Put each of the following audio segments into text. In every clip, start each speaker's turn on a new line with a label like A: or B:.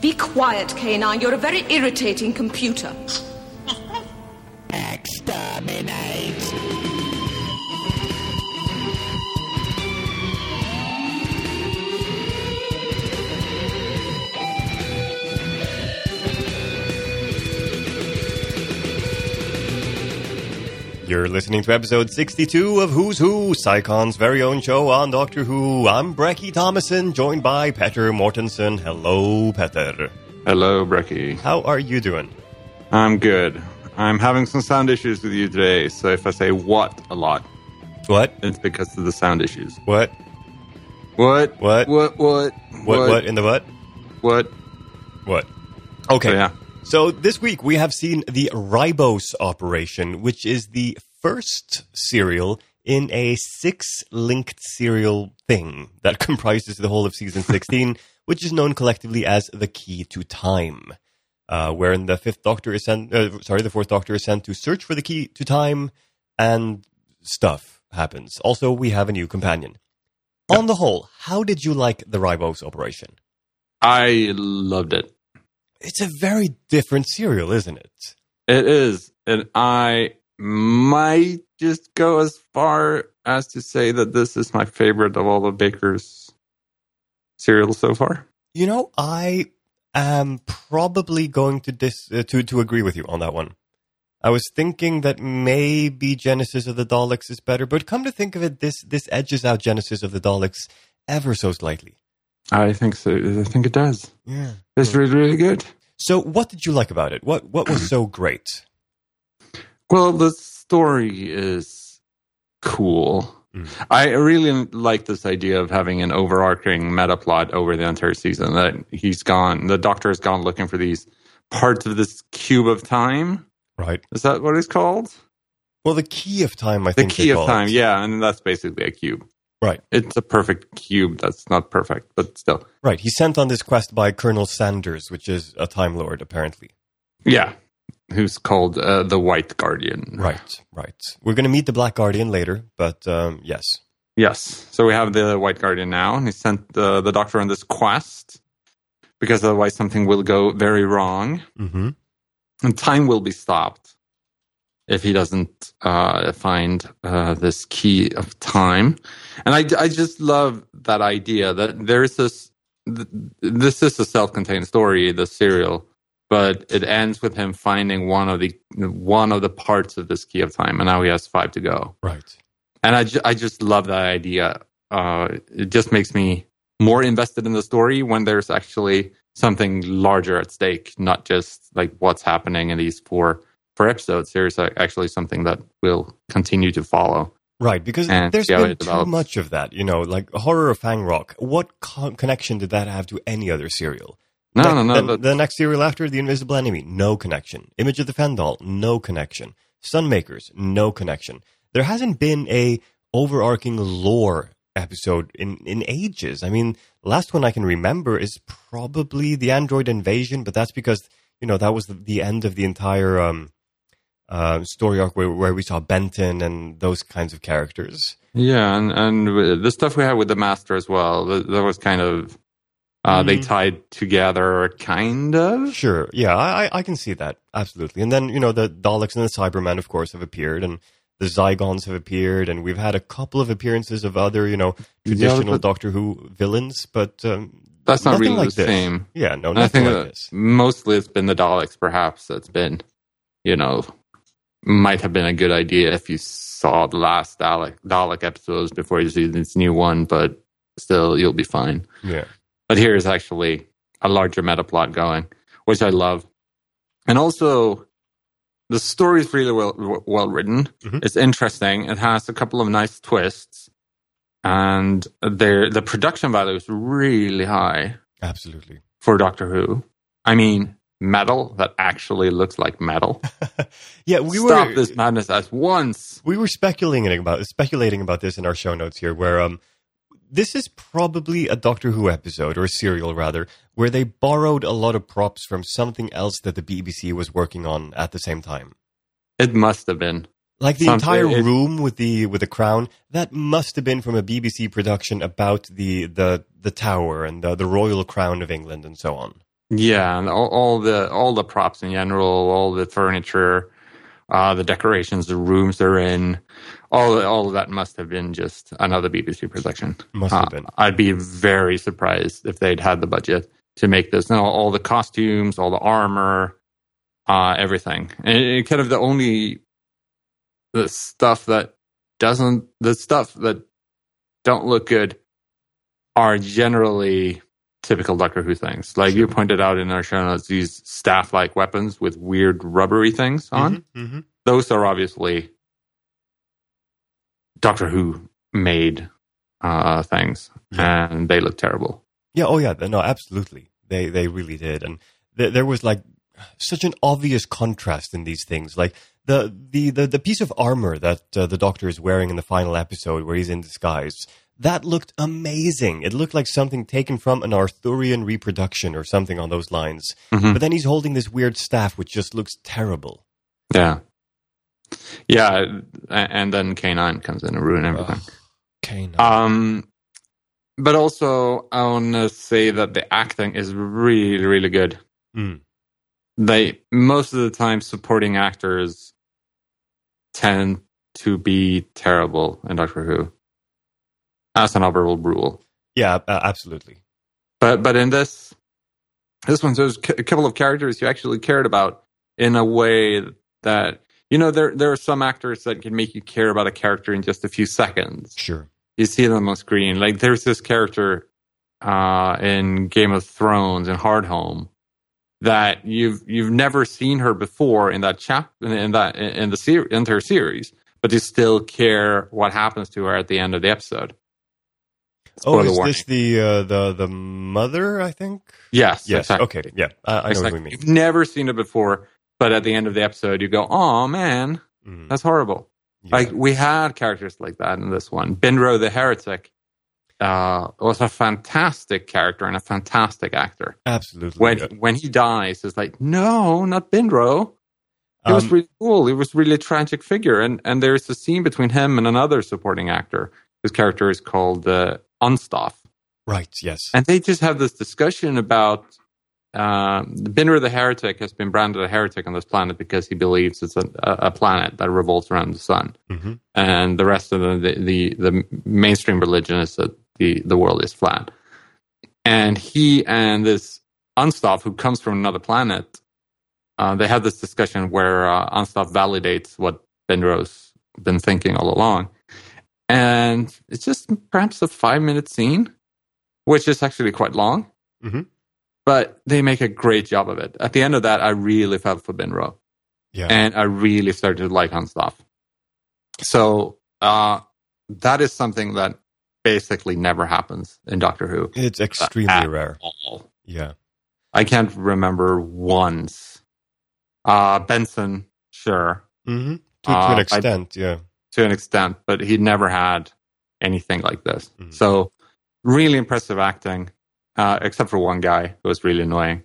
A: Be quiet, Canine. You're a very irritating computer.
B: Exterminate!
C: You're listening to episode 62 of Who's Who, Psychon's very own show on Doctor Who. I'm Brecky Thomason, joined by Petter Mortensen. Hello, Petter.
D: Hello, Brecky.
C: How are you doing?
D: I'm good. I'm having some sound issues with you today, so if I say what a lot,
C: What?
D: it's because of the sound issues.
C: What?
D: What?
C: What?
D: What? What?
C: What? What? in the what?
D: What?
C: What? Okay.
D: So, yeah.
C: So this week we have seen the Ribose operation, which is the first serial in a six-linked serial thing that comprises the whole of season 16, which is known collectively as the Key to Time. Uh, wherein the fifth Doctor is sent, uh, sorry, the fourth Doctor is sent to search for the key to time, and stuff happens. Also, we have a new companion. On the whole, how did you like the Ribose operation?
D: I loved it.
C: It's a very different serial, isn't it?
D: It is. And I might just go as far as to say that this is my favorite of all of Baker's cereals so far.
C: You know, I am probably going to dis- uh, to to agree with you on that one. I was thinking that maybe Genesis of the Daleks is better, but come to think of it, this this edges out Genesis of the Daleks ever so slightly.
D: I think so. I think it does.
C: Yeah.
D: It's really, really good.
C: So, what did you like about it? What what was so great?
D: Well, the story is cool.
C: Mm.
D: I really like this idea of having an overarching meta plot over the entire season. That he's gone, the Doctor has gone looking for these parts of this cube of time.
C: Right.
D: Is that what it's called?
C: Well, the key of time, I
D: The
C: think. they
D: key of
C: call
D: time,
C: it.
D: yeah, and that's basically a cube.
C: Right.
D: It's a perfect cube. That's not perfect, but still,
C: Right. He's sent on this quest by Colonel Sanders, which is a Time Lord, apparently.
D: yeah. Who's called uh, the White Guardian?
C: Right. Right. We're going to meet the Black Guardian later, but um, yes.
D: Yes. So we have the White Guardian now, and he sent uh, the, the Doctor on this quest because otherwise something will go very wrong,
C: Mm-hmm.
D: and time will be stopped if he doesn't uh, find uh, this key of time. And I, I just love that idea that there is this. th- This is a self-contained story, the serial, but it ends with him finding one of the one of the parts of this key of time, and now he has five to go
C: Right.
D: and I, ju- I just love that idea. Uh, it just makes me more invested in the story when there's actually something larger at stake, not just like what's happening in these four four episodes. There's uh, actually something that will continue to follow.
C: Right, because
D: and
C: there's
D: see how
C: been
D: it
C: too
D: develops.
C: much of that, you know, like horror of Fang Rock. What con- connection did that have to any other serial?
D: No,
C: Like,
D: no, no.
C: The,
D: but-
C: the next serial after, The Invisible Enemy, no connection. Image of the Fendal, no connection. Sunmakers, no connection. There hasn't been a overarching lore episode in, in ages. I mean, last one I can remember is probably the Android Invasion, but that's because, you know, that was the, the end of the entire um, uh, story arc where, where we saw Benton and those kinds of characters.
D: yeah, and, and the stuff we had with the Master as well, th- that was kind of. Uh, They
C: Mhm.
D: tied together, kind of.
C: Sure. Yeah, I, I- I can see that. Absolutely. And then, you know, the Daleks and the Cybermen, of course, have appeared, and the Zygons have appeared, and we've had a couple of appearances of other, you know,
D: Yeah,
C: traditional
D: but-
C: Doctor Who villains, but um,
D: That's not
C: nothing
D: really
C: like this.
D: the same.
C: Yeah, no,
D: And I
C: nothing
D: think
C: like
D: that
C: this.
D: mostly it's been the Daleks, perhaps, that's been, you know, might have been a good idea if you saw the last Dalek, Dalek episodes before you see this new one, but still, you'll be fine.
C: Yeah.
D: But here is actually a larger meta plot going, which I love. And also, the story is really well well written.
C: Mhm.
D: It's interesting. It has a couple of nice twists, and their the production value is really high
C: Absolutely.
D: for Doctor Who. I mean, metal that actually looks like metal.
C: Yeah, we
D: Stop
C: were
D: this madness at once.
C: we were speculating about speculating about this in our show notes here, where um, this is probably a Doctor Who episode or a serial rather, where they borrowed a lot of props from something else that the BBC was working on at the same time.
D: It must have been.
C: Like the
D: Something-
C: entire
D: it-
C: room with the with the crown, that must have been from a BBC production about the the the tower and the, the royal crown of England and so on.
D: Yeah, and all, all the all the props in general, all the furniture, uh, the decorations, the rooms they're in, all all of that must have been just another BBC production.
C: Must have been.
D: I'd be very surprised if they'd had the budget to make this. Now, all the costumes, all the armor, uh, everything, and, and kind of the only the stuff that doesn't the stuff that don't look good are generally typical Doctor Who things. Like you pointed out in our show notes, these staff like weapons with weird rubbery things on.
C: Mm-hmm.
D: Those are obviously Doctor Who made uh, things, and they look terrible.
C: Yeah. Oh, yeah. No, absolutely. They they really did, and th- there was like such an obvious contrast in these things. Like the the the, the piece of armor that uh, the Doctor is wearing in the final episode, where he's in disguise, that looked amazing. It looked like something taken from an Arthurian reproduction or something on those lines.
D: Mhm.
C: But then he's holding this weird staff, which just looks terrible.
D: Yeah, yeah, a- and then K nine comes in and ruin everything.
C: Okay. No.
D: Um, but also, I want to say that the acting is really, really good.
C: Mm.
D: They most of the time supporting actors tend to be terrible in Doctor Who, as an overall rule.
C: yeah. Uh, absolutely.
D: But but in this, this one, there's c- a couple of characters you actually cared about in a way that you know there there are some actors that can make you care about a character in just a few seconds
C: Sure.
D: you see them on screen. Like there's this character uh, in Game of Thrones and Hardhome that you've you've never seen her before in that chap in, in that in the ser- in her series, but you still care what happens to her at the end of the episode.
C: Oh,
D: Spoiler
C: is
D: warning.
C: this the uh, the the mother? I think.
D: Yes,
C: Yes.
D: exactly.
C: Okay. Yeah. I, I know what
D: Exactly.
C: you mean.
D: You've never seen it before, but at the end of the episode, you go, "Oh man,
C: Mm,
D: that's horrible."
C: yeah.
D: Like we had characters like that in this one. Bindro the heretic uh, was a fantastic character and a fantastic actor.
C: absolutely.
D: When
C: yeah.
D: when he dies, it's like no, not Bindro. He was
C: Um,
D: really cool. He was really a tragic figure, and and there's a scene between him and another supporting actor. His character is called uh, Unstaff,
C: right. Yes.
D: and they just have this discussion about. Um, Bindra the heretic has been branded a heretic on this planet because he believes it's a, a a planet that revolves around the sun
C: hmm
D: and the rest of the the, the, the mainstream religion is that the, the world is flat. And he and this Unstaff, who comes from another planet, uh, they have this discussion where uh, Unstaff validates what Benro's been thinking all along. And it's just perhaps a five minute scene, which is actually quite long.
C: Mhm.
D: But they make a great job of it. At the end of that, I really felt for Benro
C: Yeah.
D: and I really started to like Unstaff. So uh, that is something that basically never happens in Doctor Who.
C: it's extremely
D: Ah.
C: rare. Yeah.
D: I can't remember once. Uh, Benson, sure,
C: hmm To, to
D: Uh,
C: an
D: I-
C: extent. yeah.
D: to an extent, but he never had anything like this.
C: Mhm.
D: So really impressive acting, uh, except for one guy who was really annoying.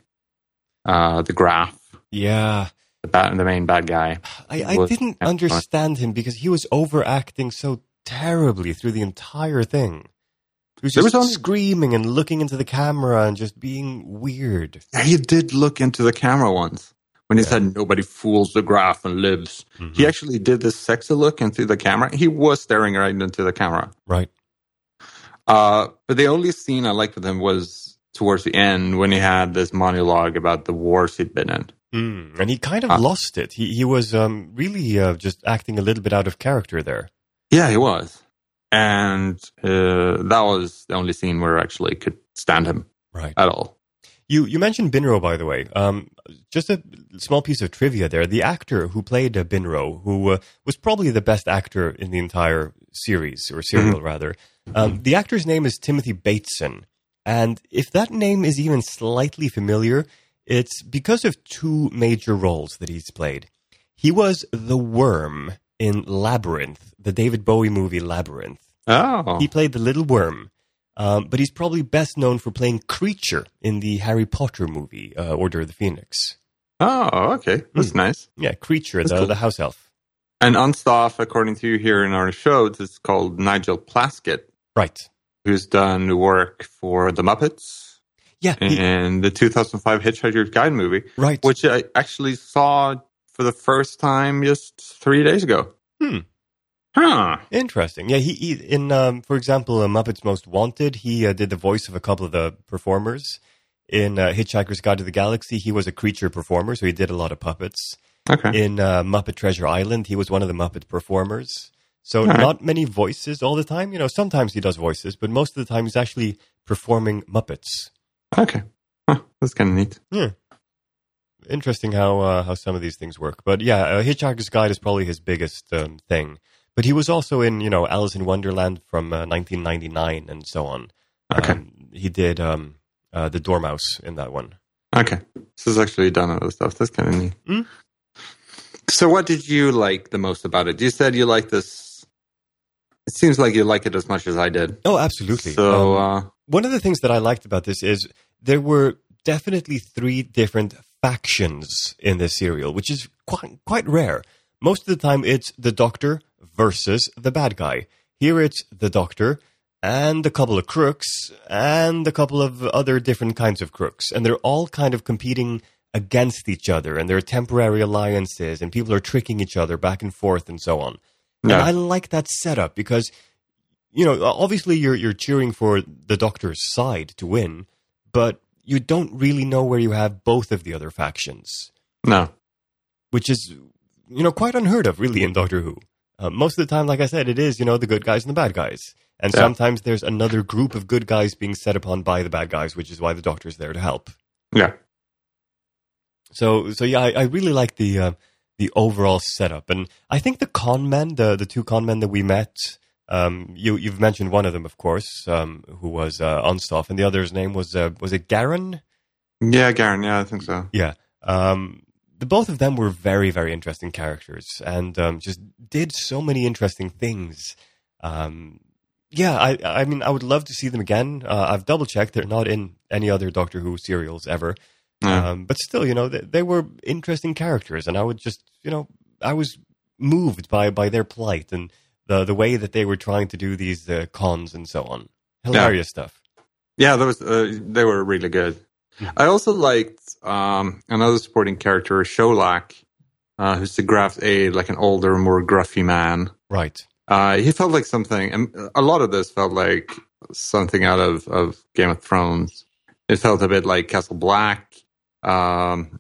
D: Uh, the Graph,
C: Yeah.
D: the, bad, the main bad guy.
C: I,
D: It
C: I
D: was-
C: didn't
D: yeah,
C: understand him because he was overacting so terribly through the entire thing. He was
D: There
C: just
D: was only-
C: screaming and looking into the camera and just being weird.
D: Yeah, he did look into the camera once when he
C: Yeah.
D: said nobody fools the graph and lives. He actually did this sexy look into the camera. He was staring right into the camera.
C: Right.
D: Uh, but the only scene I liked with him was towards the end when he had this monologue about the wars he'd been in.
C: Mm. And he kind of
D: Ah.
C: lost it. He he was um, really uh, just acting a little bit out of character there.
D: Yeah, he was. And uh, that was the only scene where I actually could stand him
C: Right.
D: at all.
C: You you mentioned Binro, by the way. Um, just a small piece of trivia there. The actor who played uh, Binro, who uh, was probably the best actor in the entire series or serial rather, um, the actor's name is Timothy Bateson, and if that name is even slightly familiar, it's because of two major roles that he's played. He was the worm in Labyrinth, the David Bowie movie Labyrinth.
D: Oh,
C: He played the little worm, um, but he's probably best known for playing Creature in the Harry Potter movie, uh, Order of the Phoenix.
D: oh, okay. That's nice.
C: Yeah, Creature,
D: That's
C: the,
D: cool.
C: the house elf.
D: And Unstaff, according to you here in our show, this is called Nigel Plaskett.
C: Right.
D: who's done work for the Muppets.
C: Yeah, the-
D: in the 2005 Hitchhiker's Guide movie,
C: right.
D: Eh, which I actually saw for the first time just three days ago.
C: Hmm.
D: Huh.
C: Interesting. Yeah, he, he in um, for example, uh, Muppets Most Wanted, he uh, did the voice of a couple of the performers. In uh, Hitchhiker's Guide to the Galaxy, he was a creature performer, so he did a lot of puppets.
D: Okay.
C: In uh, Muppet Treasure Island, he was one of the Muppet performers. So
D: All right.
C: not many voices all the time. You know, sometimes he does voices, but most of the time he's actually performing Muppets.
D: Okay. Huh, that's kind of neat.
C: Interesting how uh, how some of these things work. But yeah, uh, Hitchhiker's Guide is probably his biggest um, thing. But he was also in you know Alice in Wonderland from uh, 1999 and so on.
D: Okay.
C: Um, he did um, uh, the Dormouse in that one.
D: Okay. This is actually done other stuff. That's kind of neat.
C: Mm.
D: So, what did you like the most about it? You said you like this. It seems like you like it as much as I did.
C: Oh, absolutely.
D: So,
C: Um,
D: uh,
C: one of the things that I liked about this is there were definitely three different factions in this serial, which is quite quite rare. Most of the time, it's the Doctor versus the bad guy. Here, it's the Doctor and a couple of crooks and a couple of other different kinds of crooks, and they're all kind of competing against each other, and there are temporary alliances, and people are tricking each other back and forth, and so on.
D: Yeah.
C: And I like that setup because you know, obviously you're you're cheering for the Doctor's side to win, but you don't really know where you have both of the other factions,
D: no.
C: which is you know quite unheard of, really, in Doctor Who. Uh, most of the time, like I said, it is you know the good guys and the bad guys, and
D: Yeah.
C: sometimes there's another group of good guys being set upon by the bad guys, which is why the Doctor's there to help.
D: Yeah.
C: So so yeah, I, I really like the uh, the overall setup, and I think the con men, the the two con men that we met. Um, you you've mentioned one of them, of course, um, who was uh, Onstoff, and the other's name was uh, was it Garen?
D: Yeah, Garen. Yeah, I think so.
C: Yeah. Um, the both of them were very very interesting characters, and um, just did so many interesting things. Um, yeah, I I mean I would love to see them again. Uh, I've double checked; they're not in any other Doctor Who serials ever.
D: Yeah.
C: Um, but still, you know, they, they were interesting characters, and I would just, you know, I was moved by by their plight and the the way that they were trying to do these uh, cons and so on. Hilarious stuff.
D: Yeah, those uh, they were really good.
C: Mhm.
D: I also liked um, another supporting character, Sholak, uh, who's the graph a like an older, more gruffy man.
C: Right.
D: Uh, he felt like something, and a lot of this felt like something out of, of Game of Thrones. It felt a bit like Castle Black, um,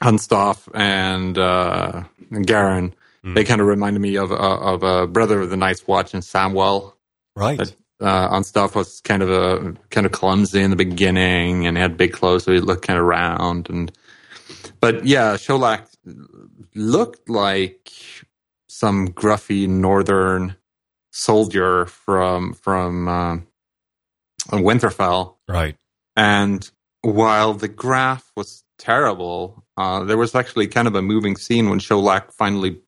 D: Hunstoff, and uh, Garen.
C: Mm.
D: They kind of reminded me of of, of uh, Brother of the Night's Watch and Samwell
C: Right.
D: But- uh, on stuff was kind of a kind of clumsy in the beginning and had big clothes, so he looked kind of round. And but yeah, Sholak looked like some gruffy northern soldier from from uh, Winterfell.
C: right.
D: And while the graph was terrible, uh, there was actually kind of a moving scene when Sholak finally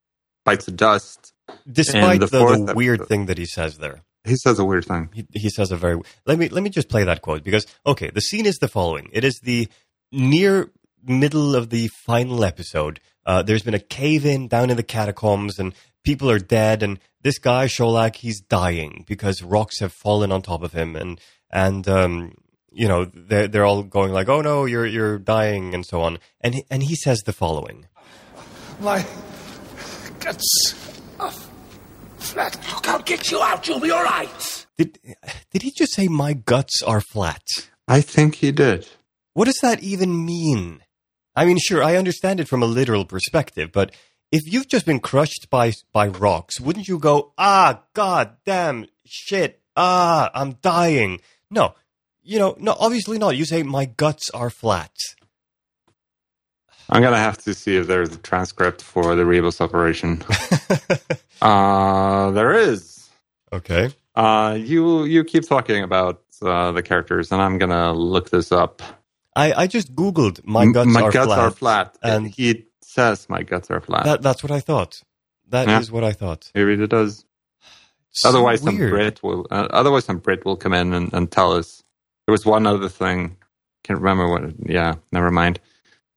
D: bites the dust.
C: Despite
D: and
C: the,
D: the
C: the,
D: fourth
C: weird
D: episode-
C: thing that he says there.
D: He says a weird thing.
C: he, he says a very let me let me just play that quote because okay the scene is the following it is the near middle of the final episode uh, there's been a cave in down in the catacombs and people are dead and this guy sholak he's dying because rocks have fallen on top of him and and um, you know they're, they're all going like oh no you're you're dying and so on and he, and he says the following
E: My guts are flat. Look, I'll get you out. You'll be all right.
C: did did he just say my guts are flat
D: I think he did.
C: What does that even mean? I mean, sure, I understand it from a literal perspective, but if you've just been crushed by by rocks, wouldn't you go, "Ah, god damn shit. Ah, I'm dying." No. You know, no, obviously not. You say my guts are flat.
D: I'm gonna have to see if there's a transcript for the Rebus operation. uh, there is.
C: Okay.
D: Uh, you you keep talking about uh, the characters, and I'm gonna look this up.
C: I, I just googled my guts,
D: my
C: are,
D: guts
C: flat.
D: are flat, and
C: and-
D: he says my guts are flat.
C: That that's what I thought. That is
D: Yeah.
C: what I thought.
D: Maybe it does.
C: So
D: otherwise, some
C: weird.
D: Brit will. Uh, otherwise, some Brit will come in and, and tell us. There was one other thing. Can't remember what. it- Yeah, never mind.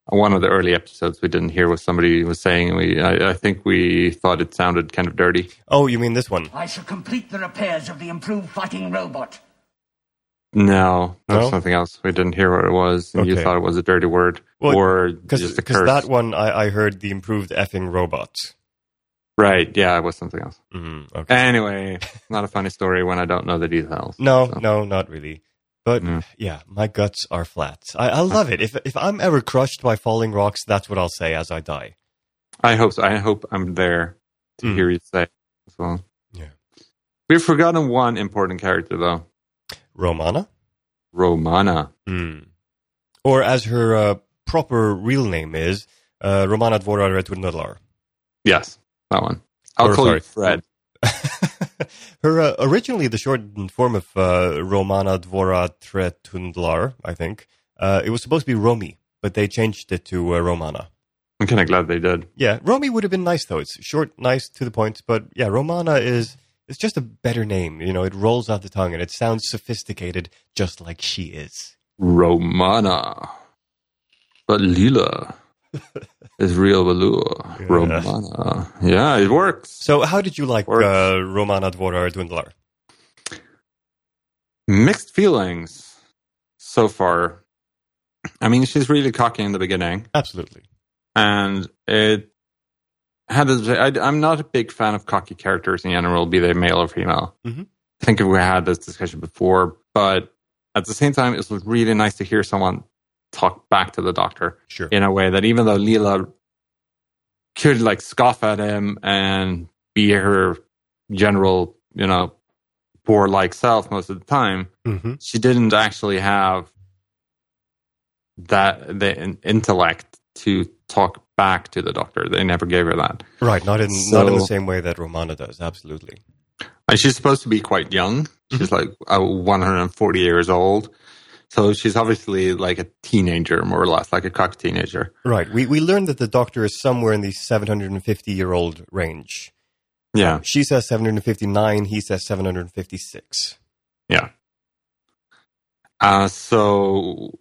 D: One of the early episodes we didn't hear was somebody was saying we. I, I think we thought it sounded kind of dirty.
C: Oh, you mean this one?
F: I shall complete the repairs of the improved fighting robot.
D: No, that was
C: No?
D: something else. We didn't hear what it was. And You
C: Okay.
D: thought it was a dirty word
C: Well,
D: or
C: Because
D: just a curse.
C: that one I, I heard the improved effing robot.
D: right. Yeah, it was something else.
C: Mm, okay.
D: Anyway, not a funny story when I don't know the details.
C: No,
D: So,
C: no, not really. But
D: Mm.
C: yeah, my guts are flat. I, I love it. If if I'm ever crushed by falling rocks, that's what I'll say as I die.
D: I hope so. I hope I'm there to
C: Mm.
D: hear you say it as well.
C: Yeah.
D: We've forgotten one important character though.
C: Romana,
D: Romana.
C: mm. or as her uh, proper real name is, uh, Romana Dvora Returnalar.
D: Yes, that one. I'll
C: Or,
D: call
C: sorry.
D: you Fred.
C: her uh, originally the shortened form of uh, Romana Dvora Tretundlar, I think. Uh, it was supposed to be Romy, but they changed it to uh, Romana.
D: I'm kind of glad they did.
C: Yeah, Romy would have been nice though. It's short, nice, to the point. But yeah, Romana is it's just a better name. You know, it rolls off the tongue and it sounds sophisticated, just like she is.
D: Romana. But Lila is real velour.
C: Yeah.
D: Romana. Yeah, it works.
C: So, how did you like
D: Works.
C: uh, Romana Dvorar Dundlar?
D: Mixed feelings so far. I mean, she's really cocky in the beginning,
C: Absolutely.
D: and it had. A, I, I'm not a big fan of cocky characters in general, be they male or female.
C: Mhm.
D: I think we had this discussion before, but at the same time, it was really nice to hear someone talk back to the doctor.
C: Sure.
D: in a way that even though Leela could like scoff at him and be her general, you know, poor like self most of the time,
C: Mm-hmm.
D: she didn't actually have that the in- intellect to talk back to the doctor. They never gave her that.
C: Right. Not in not in the
D: So-
C: same way that Romana does. Absolutely.
D: And she's supposed to be quite young. She's like uh, 140 years old. So she's obviously like a teenager, more or less, like a cock teenager.
C: Right. We we learned that the Doctor is somewhere in the 750 year old range.
D: Yeah.
C: She says 759. He says 756.
D: Uh, so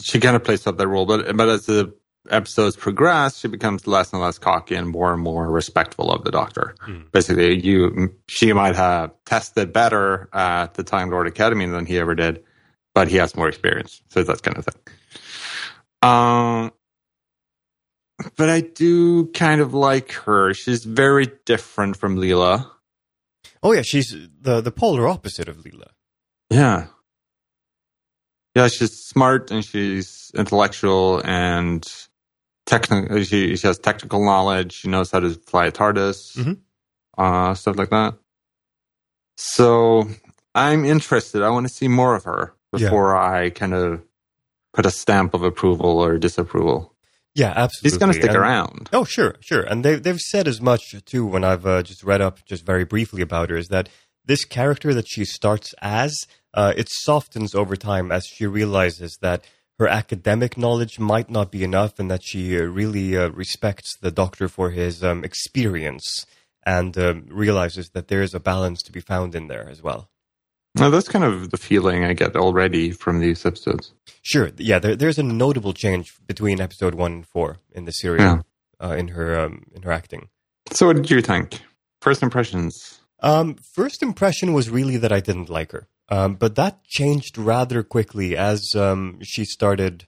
D: she kind of plays up that role, but but as the episodes progress, she becomes less and less cocky and more and more respectful of the Doctor.
C: Mm.
D: Basically, you she might have tested better at the Time Lord Academy than he ever did, but he has more experience, so that kind of thing. Um, but I do kind of like her. She's very different from Leela.
C: Oh yeah, she's the the polar opposite of Leela.
D: Yeah. Yeah, she's smart and she's intellectual and technical. She, she has technical knowledge. She knows how to fly a TARDIS,
C: Mhm.
D: uh, stuff like that. So I'm interested. I want to see more of her
C: Yeah.
D: before I kind of put a stamp of approval or disapproval.
C: Yeah, absolutely.
D: She's going to stick
C: And-
D: around.
C: Oh, sure, sure. And they, they've said as much, too, when I've uh, just read up just very briefly about her, is that this character that she starts as, uh, it softens over time as she realizes that her academic knowledge might not be enough and that she uh, really uh, respects the doctor for his um, experience and um, realizes that there is a balance to be found in there as well.
D: Now, that's kind of the feeling I get already from these episodes.
C: Sure, yeah, there, there's a notable change between episode one and four in the series
D: Yeah.
C: uh, in, her, um, in her acting.
D: So, what did you think? First impressions?
C: Um, first impression was really that I didn't like her, um, but that changed rather quickly as um, she started,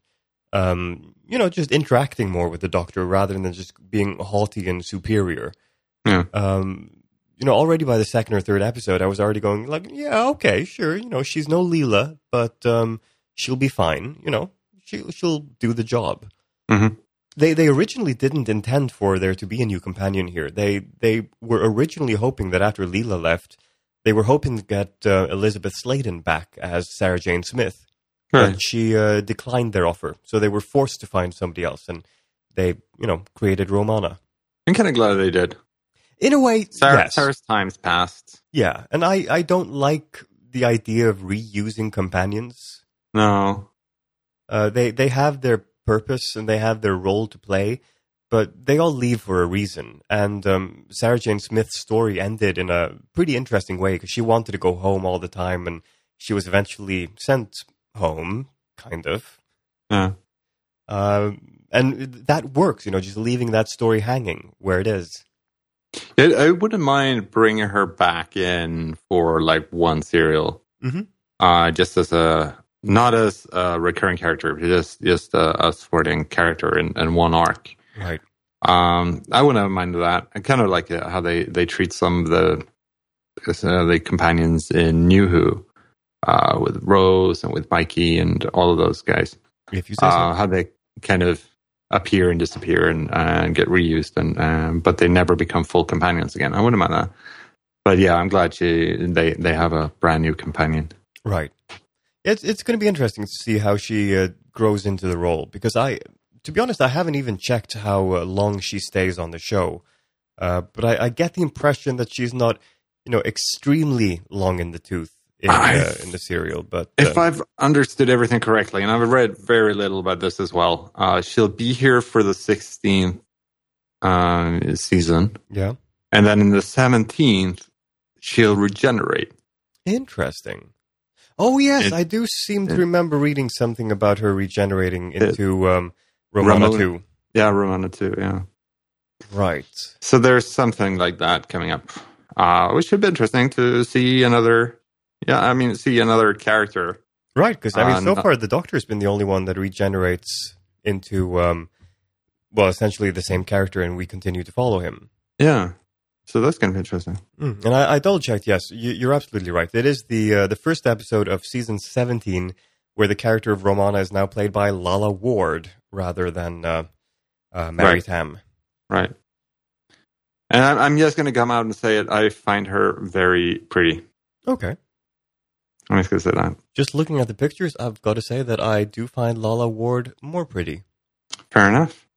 C: um, you know, just interacting more with the doctor rather than just being haughty and superior.
D: Yeah.
C: Um, you know, already by the second or third episode, I was already going like, yeah, okay, sure, you know, she's no Leela, but um, she'll be fine. You know, she she'll do the job
D: hmm
C: they they originally didn't intend for there to be a new companion here. They they were originally hoping that after Leela left, they were hoping to get uh, Elizabeth Sladen back as Sarah Jane Smith,
D: Hmm.
C: but she uh, declined their offer. So they were forced to find somebody else, and they you know created Romana.
D: I'm kind of glad they did.
C: In a way,
D: Sarah,
C: yes.
D: Sarah's time's passed.
C: yeah. And I I don't like the idea of reusing companions.
D: No.
C: Uh, they they have their purpose and they have their role to play, but they all leave for a reason. And um, Sarah Jane Smith's story ended in a pretty interesting way because she wanted to go home all the time, and she was eventually sent home, kind of.
D: Yeah.
C: Um and that works, you know, just leaving that story hanging where it is.
D: It, I wouldn't mind bringing her back in for like one serial.
C: Mhm.
D: uh, just as a not as a recurring character, but just just a, a supporting character in, in one arc.
C: Right.
D: Um, I wouldn't have minded that. I kind of like it, how they they treat some of the uh, the companions in New Who uh, with Rose and with Mikey and all of those guys.
C: If you say so.
D: Uh, how they kind of appear and disappear and, and get reused, and um, but they never become full companions again. I wouldn't mind that. But yeah, I'm glad she they they have a brand new companion.
C: Right. It's it's going to be interesting to see how she uh, grows into the role because I, to be honest, I haven't even checked how uh, long she stays on the show, uh, but I, I get the impression that she's not, you know, extremely long in the tooth in, uh,
D: I-
C: in the serial. But
D: If
C: uh,
D: I've understood everything correctly, and I've read very little about this as well, uh, she'll be here for the 16th um, season,
C: yeah,
D: and then in the 17th, she'll regenerate.
C: interesting. Oh yes,
D: It-
C: I do seem to
D: it-
C: remember reading something about her regenerating
D: It-
C: into um, Romana
D: Romola.
C: too.
D: Yeah, Romana too. Yeah.
C: Right.
D: So there's something like that coming up, uh, which should be interesting to see another. Yeah, I mean, see another character.
C: Right, because I mean,
D: Uh,
C: so
D: no-
C: far the Doctor has been the only one that regenerates into, um, well, essentially the same character, and we continue to follow him.
D: Yeah. So that's going to be interesting.
C: Mm. And I, I double checked. Yes, you, you're absolutely right. It is the uh, the first episode of season 17 where the character of Romana is now played by Lala Ward rather than uh, uh, Mary
D: Right.
C: Tam.
D: Right. And I'm, I'm just going to come out and say it. I find her very pretty.
C: Okay.
D: I'm just going to say that.
C: Just looking at the pictures, I've got to say that I do find Lala Ward more pretty.
D: Fair enough.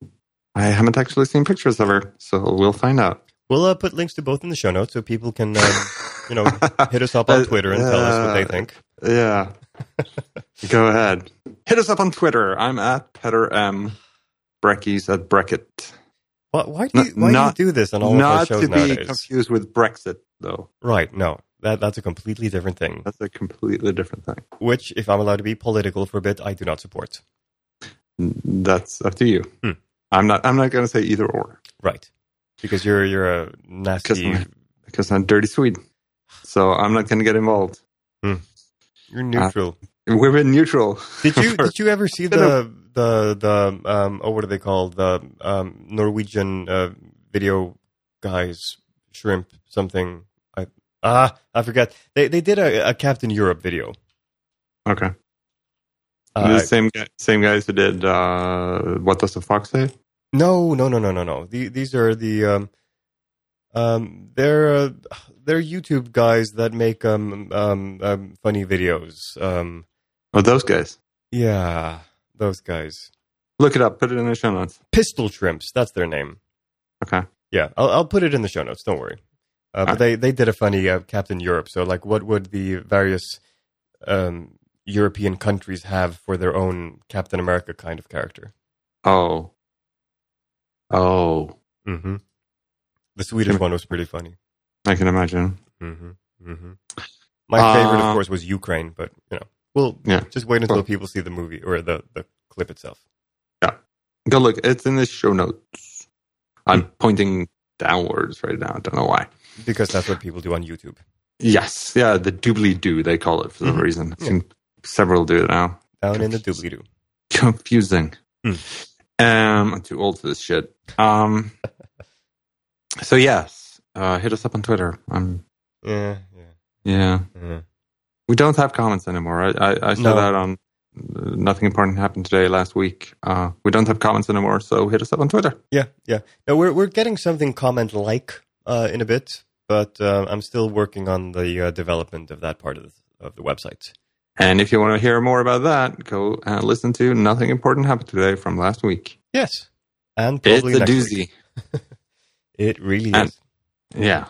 D: I haven't actually seen pictures of her, so we'll find out.
C: We'll uh, put links to both in the show notes so people can, um, you know, hit us up on
D: Uh,
C: Twitter and tell us what they
D: uh,
C: think.
D: Yeah. Go ahead. Hit us up on Twitter. I'm at Petter M. Breckies at Breckett.
C: Why, why do you,
D: N-
C: why
D: not-
C: do you do this on all of our
D: Not
C: shows
D: to be
C: nowadays?
D: confused with Brexit, though.
C: Right, no. That, that's a completely different thing,
D: That's a completely different thing.
C: which, if I'm allowed to be political for a bit, I do not support.
D: That's up to you.
C: Hmm.
D: I'm not. I'm not going to say either or
C: Right. Because you're you're a
D: because
C: nasty,
D: I'm, because I'm dirty Swede. So I'm not going to get involved.
C: you're neutral.
D: We've been neutral.
C: did you did you ever see
D: No,
C: the the the um oh what are they called the um Norwegian uh, video guys shrimp something I ah I forgot they they did a, a Captain Europe video
D: Okay.
C: uh,
D: the same guy, same guys who did uh, what does the fox say?
C: No, no, no, no, no, no. The, these are the um, um, they're uh, they're YouTube guys that make um, um, um funny videos. Um,
D: Oh, those guys.
C: yeah, those guys.
D: Look it up. Put it in the show notes.
C: Pistol Shrimps. That's their name.
D: Okay.
C: Yeah, I'll, I'll put it in the show notes. Don't worry. Uh, but
D: Alright.
C: they they did a funny uh, Captain Europe. So like, what would the various um, European countries have for their own Captain America kind of character?
D: Oh. Oh,
C: Mm-hmm. The Swedish one was pretty funny.
D: I can imagine.
C: hmm hmm My favorite, of
D: Uh,
C: course, was Ukraine, but you know, we'll
D: Yeah.
C: just wait until
D: Well-
C: people see the movie or the, the clip itself.
D: Go look. It's in the show notes. I'm pointing downwards right now. I don't know why.
C: Because that's what people do on YouTube.
D: Yes. Yeah. The doobly doo, they call it for some
C: Mhm.
D: reason. I've
C: Yeah.
D: seen several do it now.
C: Down in the doobly doo.
D: Confusing.
C: Hmm.
D: Um, I'm too old for this shit. Um, so, yes. Uh, hit us up on Twitter. Um,
C: Yeah, yeah.
D: yeah.
C: yeah.
D: We don't have comments anymore. I, I, I saw
C: No.
D: that on uh, Nothing Important Happened Today last week. Uh, we don't have comments anymore, so hit us up on Twitter.
C: Yeah, yeah. No, we're we're getting something comment like uh, in a bit, but uh, I'm still working on the uh, development of that part of the, of the website.
D: And if you want to hear more about that, go and listen to Nothing Important Happened Today from last week.
C: Yes, and probably
D: it's a
C: next week.
D: doozy.
C: It really
D: And-
C: is.
D: Yeah.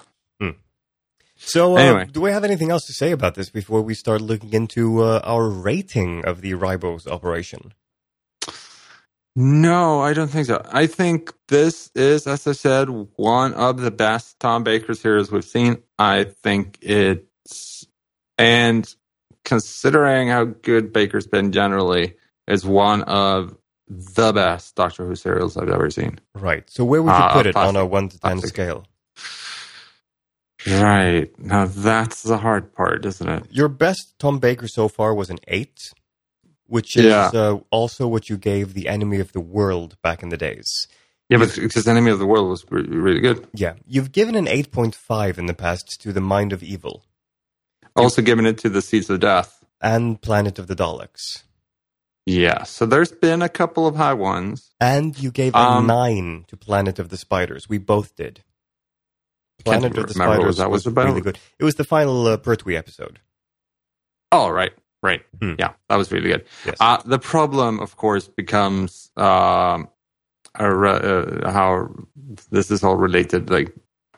C: So, uh,
D: Anyway.
C: do we have anything else to say about this before we start looking into uh, our rating of the ribose operation?
D: No, I don't think so. I think this is, as I said, one of the best Tom Baker series we've seen. I think it's, and considering how good Baker's been generally, is one of the best Doctor Who serials I've ever seen.
C: Right. So where would you
D: Uh,
C: put it
D: pass-
C: on a one to ten
D: pass it.
C: scale?
D: Right. Now that's the hard part, isn't it?
C: Your best Tom Baker so far was an eight, which is
D: Yeah.
C: uh, also what you gave the enemy of the world back in the days.
D: Yeah, but because Enemy of the World was re- really good.
C: Yeah, you've given an 8.5 in the past to The Mind of Evil
D: Also giving it to the Seeds of Death.
C: and Planet of the Daleks.
D: Yeah. So there's been a couple of high ones.
C: And you gave a
D: Um,
C: 9 to Planet of the Spiders. We both did.
D: Can't
C: Planet of the
D: remember what
C: Spiders
D: that was
C: was,
D: about.
C: really good. It was the final uh, Pertwee episode.
D: Oh, right. Right.
C: Hmm.
D: Yeah. That was really good.
C: Yes.
D: Uh, the problem, of course, becomes um, a re- uh, how this is all related, like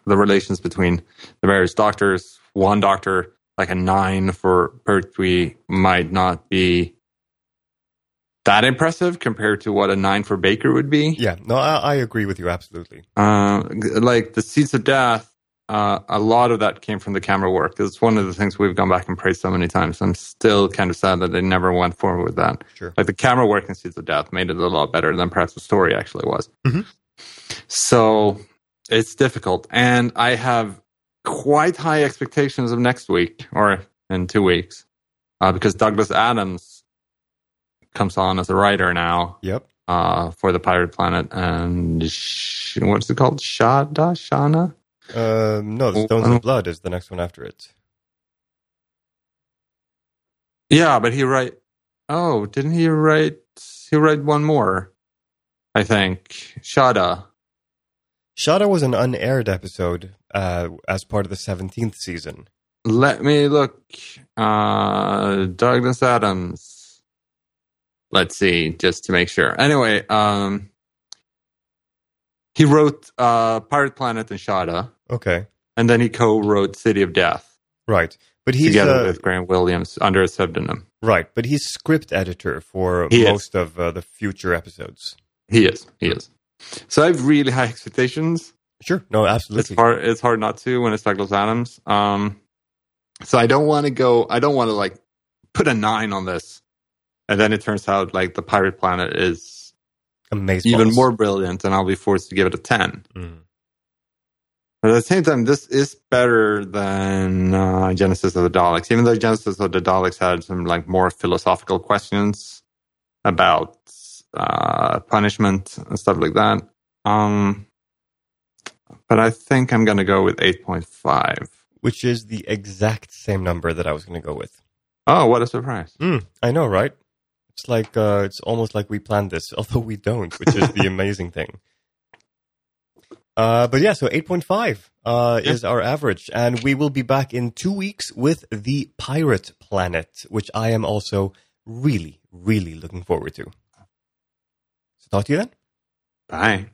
D: the relations between the various doctors. One doctor, like a nine for Pertwee, might not be that impressive compared to what a nine for Baker would be.
C: yeah, no, I, I agree with you absolutely.
D: Uh, like the Seeds of Death, uh, a lot of that came from the camera work. It's one of the things we've gone back and praised so many times. I'm still kind of sad that they never went forward with that.
C: Sure.
D: Like the camera work in Seeds of Death made it a lot better than perhaps the story actually was.
C: Mhm.
D: So it's difficult. And I have quite high expectations of next week or in two weeks uh, because Douglas Adams comes on as a writer now
C: Yep.
D: uh, for the Pirate Planet and sh- what's it called? Shada, Shana.
C: Um, no, the
D: Oh,
C: Stones
D: I
C: of
D: don't-
C: Blood is the next one after it.
D: Yeah, but he write. Oh, didn't he write? He write one more, I think. Shada.
C: Shada was an unaired episode uh, as part of the 17th season.
D: Let me look. Uh, Douglas Adams. Let's see, just to make sure. Anyway, um, he wrote uh, Pirate Planet and Shada,
C: Okay,
D: and then he co-wrote City of Death
C: right. But he's
D: together
C: uh,
D: with Grant Williams under a pseudonym.
C: right, but he's script editor for
D: He is.
C: most of uh, the future episodes.
D: He is. He is. So I have really high expectations.
C: Sure, no,
D: It's
C: absolutely.
D: hard. It's hard not to when it's Douglas Adams. Um, so I don't want to go. I don't want to like put a nine on this, and then it turns out like the Pirate Planet is
C: Amazing.
D: even more brilliant, and I'll be forced to give it a ten.
C: Mm.
D: But at the same time, this is better than uh, Genesis of the Daleks, even though Genesis of the Daleks had some like more philosophical questions about uh, punishment and stuff like that. Um, but I think I'm going to go with eight point five.
C: Which is the exact same number that I was going to go with.
D: Oh, what a surprise!
C: Mm, I know, right? It's like uh, it's almost like we planned this, although we don't, which is the amazing thing. Uh, but yeah, so 8.5 uh,
D: Yeah.
C: is our average, and we will be back in two weeks with the Pirate Planet, which I am also really, really looking forward to. So talk to you then.
D: Bye.